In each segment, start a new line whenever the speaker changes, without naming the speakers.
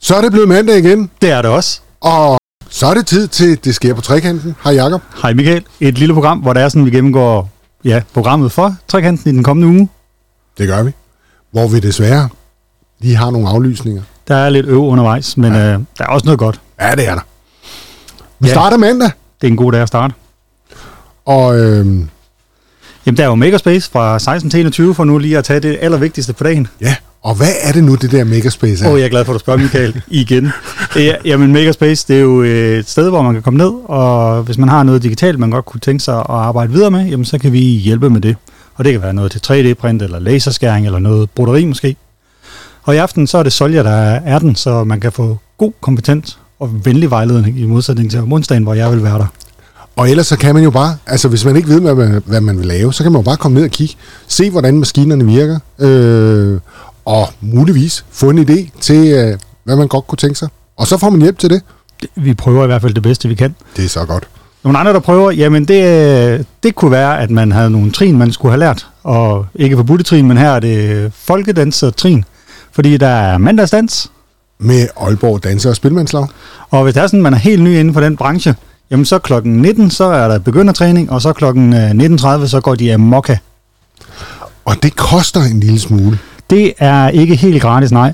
Så er det blevet mandag igen,
Det er det også.
og så er det tid til Det sker på trekanten. Hej Jakob.
Hej Michael. Et lille program, hvor det er sådan, vi gennemgår ja, programmet for Trekanten i den kommende uge.
Det gør vi. Hvor vi desværre lige har nogle aflysninger.
Der er lidt øv undervejs, men ja. øh, der er også noget godt.
Ja, det er der. Vi
Ja.
starter mandag,
Det er en god dag at starte.
og øhm,
Jamen, der er jo Makerspace fra 16 til 21, for nu lige at tage det allervigtigste på dagen. Åh,
ja, og hvad er det nu, det der Makerspace er?
oh, jeg er glad for, at du spørger, Michael, igen. Ja, jamen, Makerspace, det er jo øh, et sted, hvor man kan komme ned, og hvis man har noget digitalt, man godt kunne tænke sig at arbejde videre med, jamen, så kan vi hjælpe med det. Og det kan være noget til 3D-print, eller laserskæring, eller noget broderi måske. Og i aften, så er det Solja, der er den, så man kan få god, kompetent og venlig vejledning i modsætning til om onsdagen, hvor jeg vil være der.
Og ellers så kan man jo bare, altså hvis man ikke ved, hvad man, hvad man vil lave, så kan man jo bare komme ned og kigge, se hvordan maskinerne virker, øh, og muligvis få en idé til, øh, hvad man godt kunne tænke sig. Og så får man hjælp til det.
Vi prøver i hvert fald det bedste, vi kan.
Det er så godt.
Nogle andre, der prøver, jamen det, det kunne være, at man havde nogle trin, man skulle have lært. Og ikke forbudte trin, men her er det folkedans og trin. Fordi der er mandagsdans,
Med Aalborg Danser og Spilmandslag.
og hvis det er sådan, man er helt ny inden for den branche, jamen så klokken 19, så er der begyndertræning, og så klokken øh, 19.30, så går de amokka.
Og det koster en lille smule.
Det er ikke helt gratis, nej.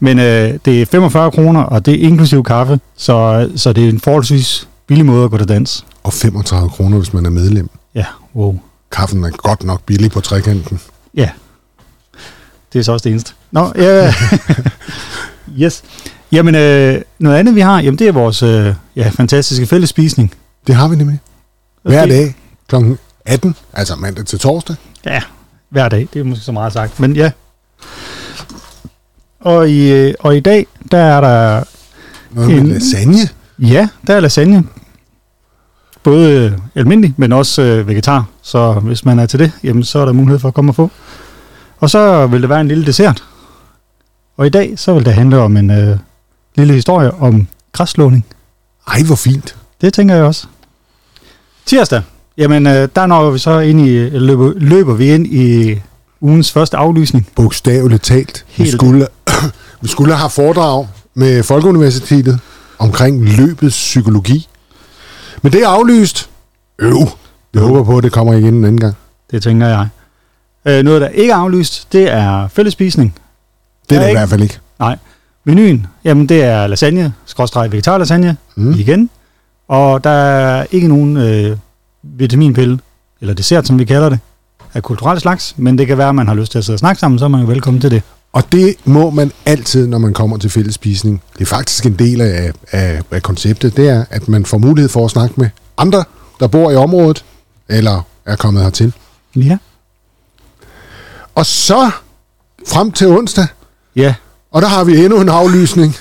Men øh, det er 45 kroner, og det er inklusiv kaffe, så, så det er en forholdsvis billig måde at gå til dans.
Og 35 kroner, hvis man er medlem.
Ja, wow.
Kaffen er godt nok billig på trekanten.
Ja. Det er så også det eneste. Nå, ja. yes. Jamen, øh, noget andet vi har, jamen det er vores øh, ja, fantastiske fællesspisning.
Det har vi nemlig. Hver
Det-
dag kl. 18, altså mandag til torsdag.
Ja, hver dag. Det er måske så meget sagt, men ja. Og i, øh, og i dag, der er der,
Noget med
En-
lasagne.
ja, der er lasagne. Både øh, almindelig, men også øh, vegetar. Så hvis man er til det, jamen så er der mulighed for at komme og få. Og så vil der være en lille dessert. Og i dag, så vil det handle om en øh, lille historie om græslåning.
Ej, hvor fint.
Det tænker jeg også. Tirsdag. Jamen, øh, der når vi så ind i, eller løber, løber vi ind i ugens første aflysning.
Bogstaveligt talt. Vi
Helt.
skulle, vi skulle have foredrag med Folkeuniversitetet omkring løbets psykologi. Men det er aflyst. Øv. Jeg håber på, at det kommer igen en anden gang.
Det tænker jeg. Øh, noget, der ikke er aflyst, det er fællesspisning.
Det er
Ja,
det i
ikke?
hvert fald ikke.
Nej. Menuen, jamen det er lasagne, skråstreg vegetar lasagne
Mm.
mm. igen. Og der er ikke nogen øh, vitaminpille, eller dessert, som vi kalder det, af kulturel slags, men det kan være, at man har lyst til at sidde og snakke sammen, så er man jo velkommen til det.
Og det må man altid, når man kommer til fællesspisning. Det er faktisk en del af, af, af konceptet, det er, at man får mulighed for at snakke med andre, der bor i området, eller er kommet hertil.
Ja.
Og så frem til onsdag,
Ja,
og der har vi endnu en aflysning.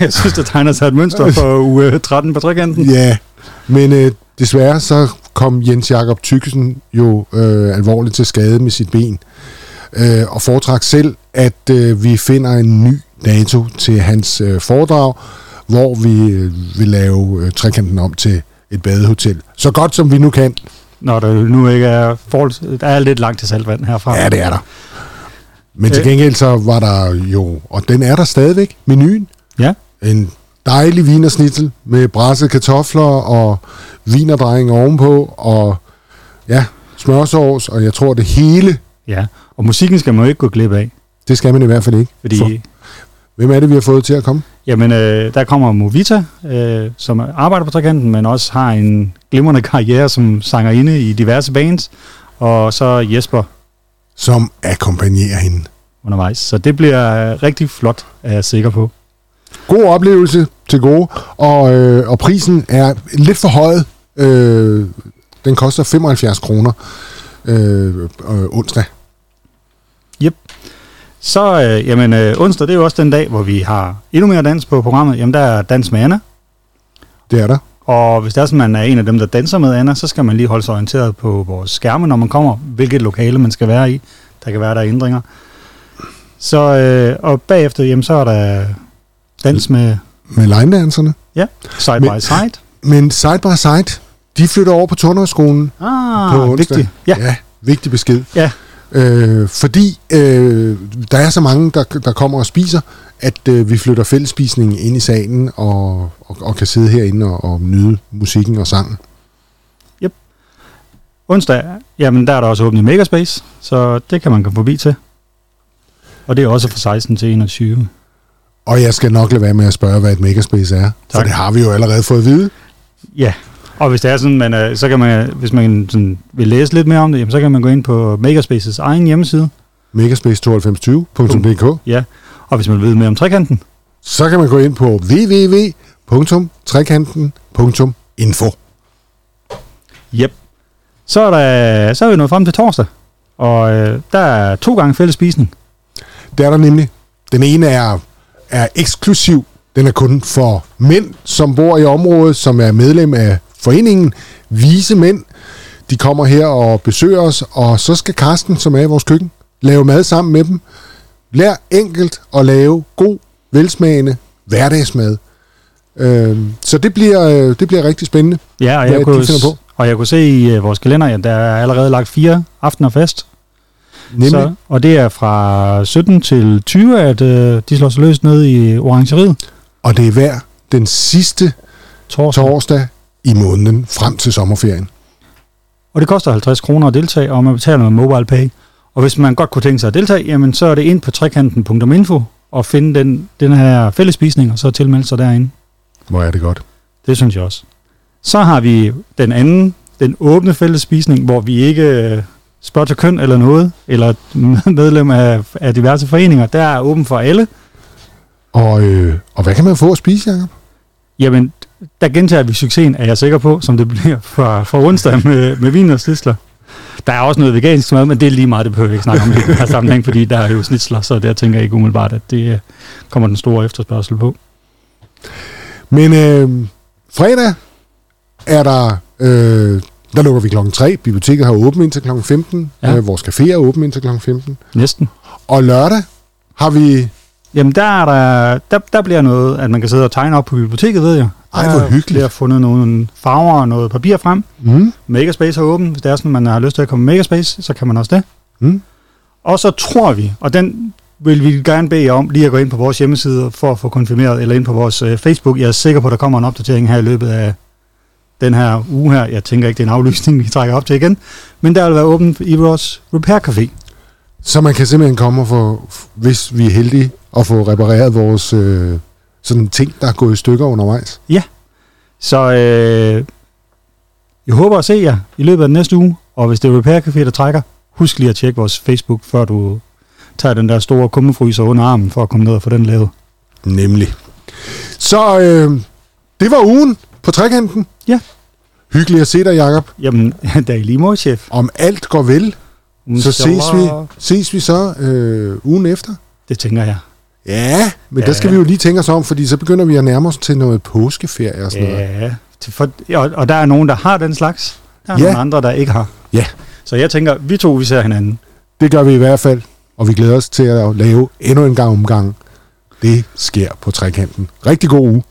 jeg synes, der tegner sig et mønster for uge 13 på trekanten.
Ja, men øh, desværre så kom Jens Jakob Tykkesen jo øh, alvorligt til skade med sit ben, øh, og foretrak selv, at øh, vi finder en ny dato til hans øh, foredrag, hvor vi øh, vil lave øh, trekanten om til et badehotel. Så godt som vi nu kan.
Når der nu ikke er forhold, der er lidt langt til saltvand herfra.
Ja, det er der. Men til
Øh.
gengæld så var der jo, og den er der stadigvæk, menuen.
Ja,
En dejlig vinersnitzel med brassede kartofler og vinerdrejning ovenpå, og ja, smørsovs, og jeg tror det hele,
ja. Og musikken skal man jo ikke gå glip af,
det skal man i hvert fald ikke.
fordi...
For, hvem er det, vi har fået til at komme?
Jamen, øh, der kommer Movita, øh, som arbejder på trekanten, men også har en glimrende karriere som sangerinde i diverse bands, og så Jesper
Som akkompagnerer hende.
undervejs. Så det bliver øh, rigtig flot, er jeg sikker på.
God oplevelse til gode, og, øh, og prisen er lidt for højet. Øh, den koster 75 kroner øh, øh, onsdag.
Så, øh, jamen, øh, onsdag, det er jo også den dag, hvor vi har endnu mere dans på programmet. Jamen, der er dans med Anna,
Det er der.
og hvis der er sådan, man er en af dem, der danser med Anna, så skal man lige holde sig orienteret på vores skærme, når man kommer, hvilket lokale man skal være i. Der kan være, der er ændringer. Så, øh, og bagefter, jamen, så er der dans med
Med linedanserne.
Ja, side
Men-
by side.
Men side by side, de flytter over på Tornhøjskolen
Ah,
på onsdag.
vigtigt. Ja,
ja, vigtig besked.
ja,
Øh, fordi øh, der er så mange, der, der kommer og spiser, at øh, vi flytter fællesspisningen ind i salen og, og, og kan sidde herinde og, og nyde musikken og sangen.
Onsdag, jamen der er der også åbent i Makerspace, så det kan man komme forbi til. Og det er også fra 16 til 21.
Og jeg skal nok lade være med at spørge, hvad et makerspace er. Tak. For
Tak.
det har vi jo allerede fået at vide.
Ja, og hvis det er sådan, man, er- så kan man, hvis man sådan vil læse lidt mere om det, jamen, så kan man gå ind på Makerspaces egen hjemmeside.
Makerspace92.dk
Ja, og hvis man vil vide mere om trekanten,
Så kan man gå ind på www.trekanten.info
yep. så er, der, så er vi nået frem til torsdag. Og øh, der er to gange fælles spisning.
Det er der nemlig. Den ene er, er eksklusiv. Den er kun for mænd, som bor i området, som er medlem af foreningen. Vise mænd. De kommer her og besøger os, og så skal Karsten, som er i vores køkken, lave mad sammen med dem. Lær enkelt at lave god, velsmagende hverdagsmad. Øhm, så det bliver, øh, det bliver rigtig spændende.
Ja, og
Hvad er
jeg,
det,
kunne,
de finder
s-
på?
og jeg kunne se i øh, vores kalender, at der er allerede lagt fire aftener fast.
Nemlig, så.
og det er fra 17 til 20, at øh, de slår sig løs ned i orangeriet.
Og det er hver den sidste
Torsdag.
torsdag i måneden frem til sommerferien.
Og det koster 50 kroner at deltage, og man betaler med mobile pay. Og hvis man godt kunne tænke sig at deltage, jamen så er det ind på trekanten.info og finde den, den her fællesspisning, og så tilmelde sig derinde.
Hvor er det godt.
Det synes jeg også. Så har vi den anden, den åbne fællesspisning, hvor vi ikke øh, spørger til køn eller noget, eller medlem af, af diverse foreninger. Der er åben for alle.
Og, øh, og hvad kan man få at spise, Jacob?
Jamen, der gentager vi succesen, er jeg sikker på, som det bliver fra, fra onsdag med, med vin og slidsler. Der er også noget vegansk mad, men det er lige meget, det behøver vi ikke snakke om i den her sammenhæng, fordi der er jo snitsler, så der tænker jeg ikke umiddelbart, at det øh, kommer den store efterspørgsel på.
Men øh, fredag er der, øh, der lukker vi klokken 3. Biblioteket har åbent indtil klokken 15. Ja.
Ja.
Øh, vores café er åbent indtil klokken 15.
Næsten.
Og lørdag har vi...
Jamen, der, er der, der, der bliver noget, at man kan sidde og tegne op på biblioteket, ved jeg.
Ej, hvor
Der
hyggeligt.
bliver fundet nogle farver og noget papir frem.
Mm,
Makerspace er åben. Hvis det er sådan, man har lyst til at komme i Makerspace, så kan man også det.
mm,
Og så tror vi, og den vil vi gerne bede jer om lige at gå ind på vores hjemmeside for at få konfirmeret, eller ind på vores øh, Facebook. Jeg er sikker på, at der kommer en opdatering her i løbet af den her uge her. Jeg tænker ikke, det er en aflysning, vi trækker op til igen. Men der vil være åbent i vores Repair Café.
så man kan simpelthen komme og få, hvis vi er heldige, at få repareret vores øh, sådan ting, der er gået i stykker undervejs.
Så øh, jeg håber at se jer i løbet af den næste uge. Og hvis det er Repair Café, der trækker, husk lige at tjekke vores Facebook, før du tager den der store kummefryser under armen for at komme ned og få den lavet.
Nemlig. Så øh, det var ugen på trekanten.
Ja.
Hyggeligt at se dig, Jacob.
Jamen, der er I lige måde, chef.
Om alt går vel, så ses vi, ses vi så øh, ugen efter.
Det tænker jeg.
Ja, men ja.
Ja.
der skal vi jo lige tænke os om, fordi så begynder vi at nærme os til noget påskeferie og sådan noget.
Ja, til for, og, og der er nogen, der har den slags. Der er
Ja.
ja. nogle andre, der ikke har.
Ja.
Så jeg tænker, vi to, vi ser hinanden.
Det gør vi i hvert fald, og vi glæder os til at lave endnu en gang omgang. Det sker på trekanten. Rigtig god uge.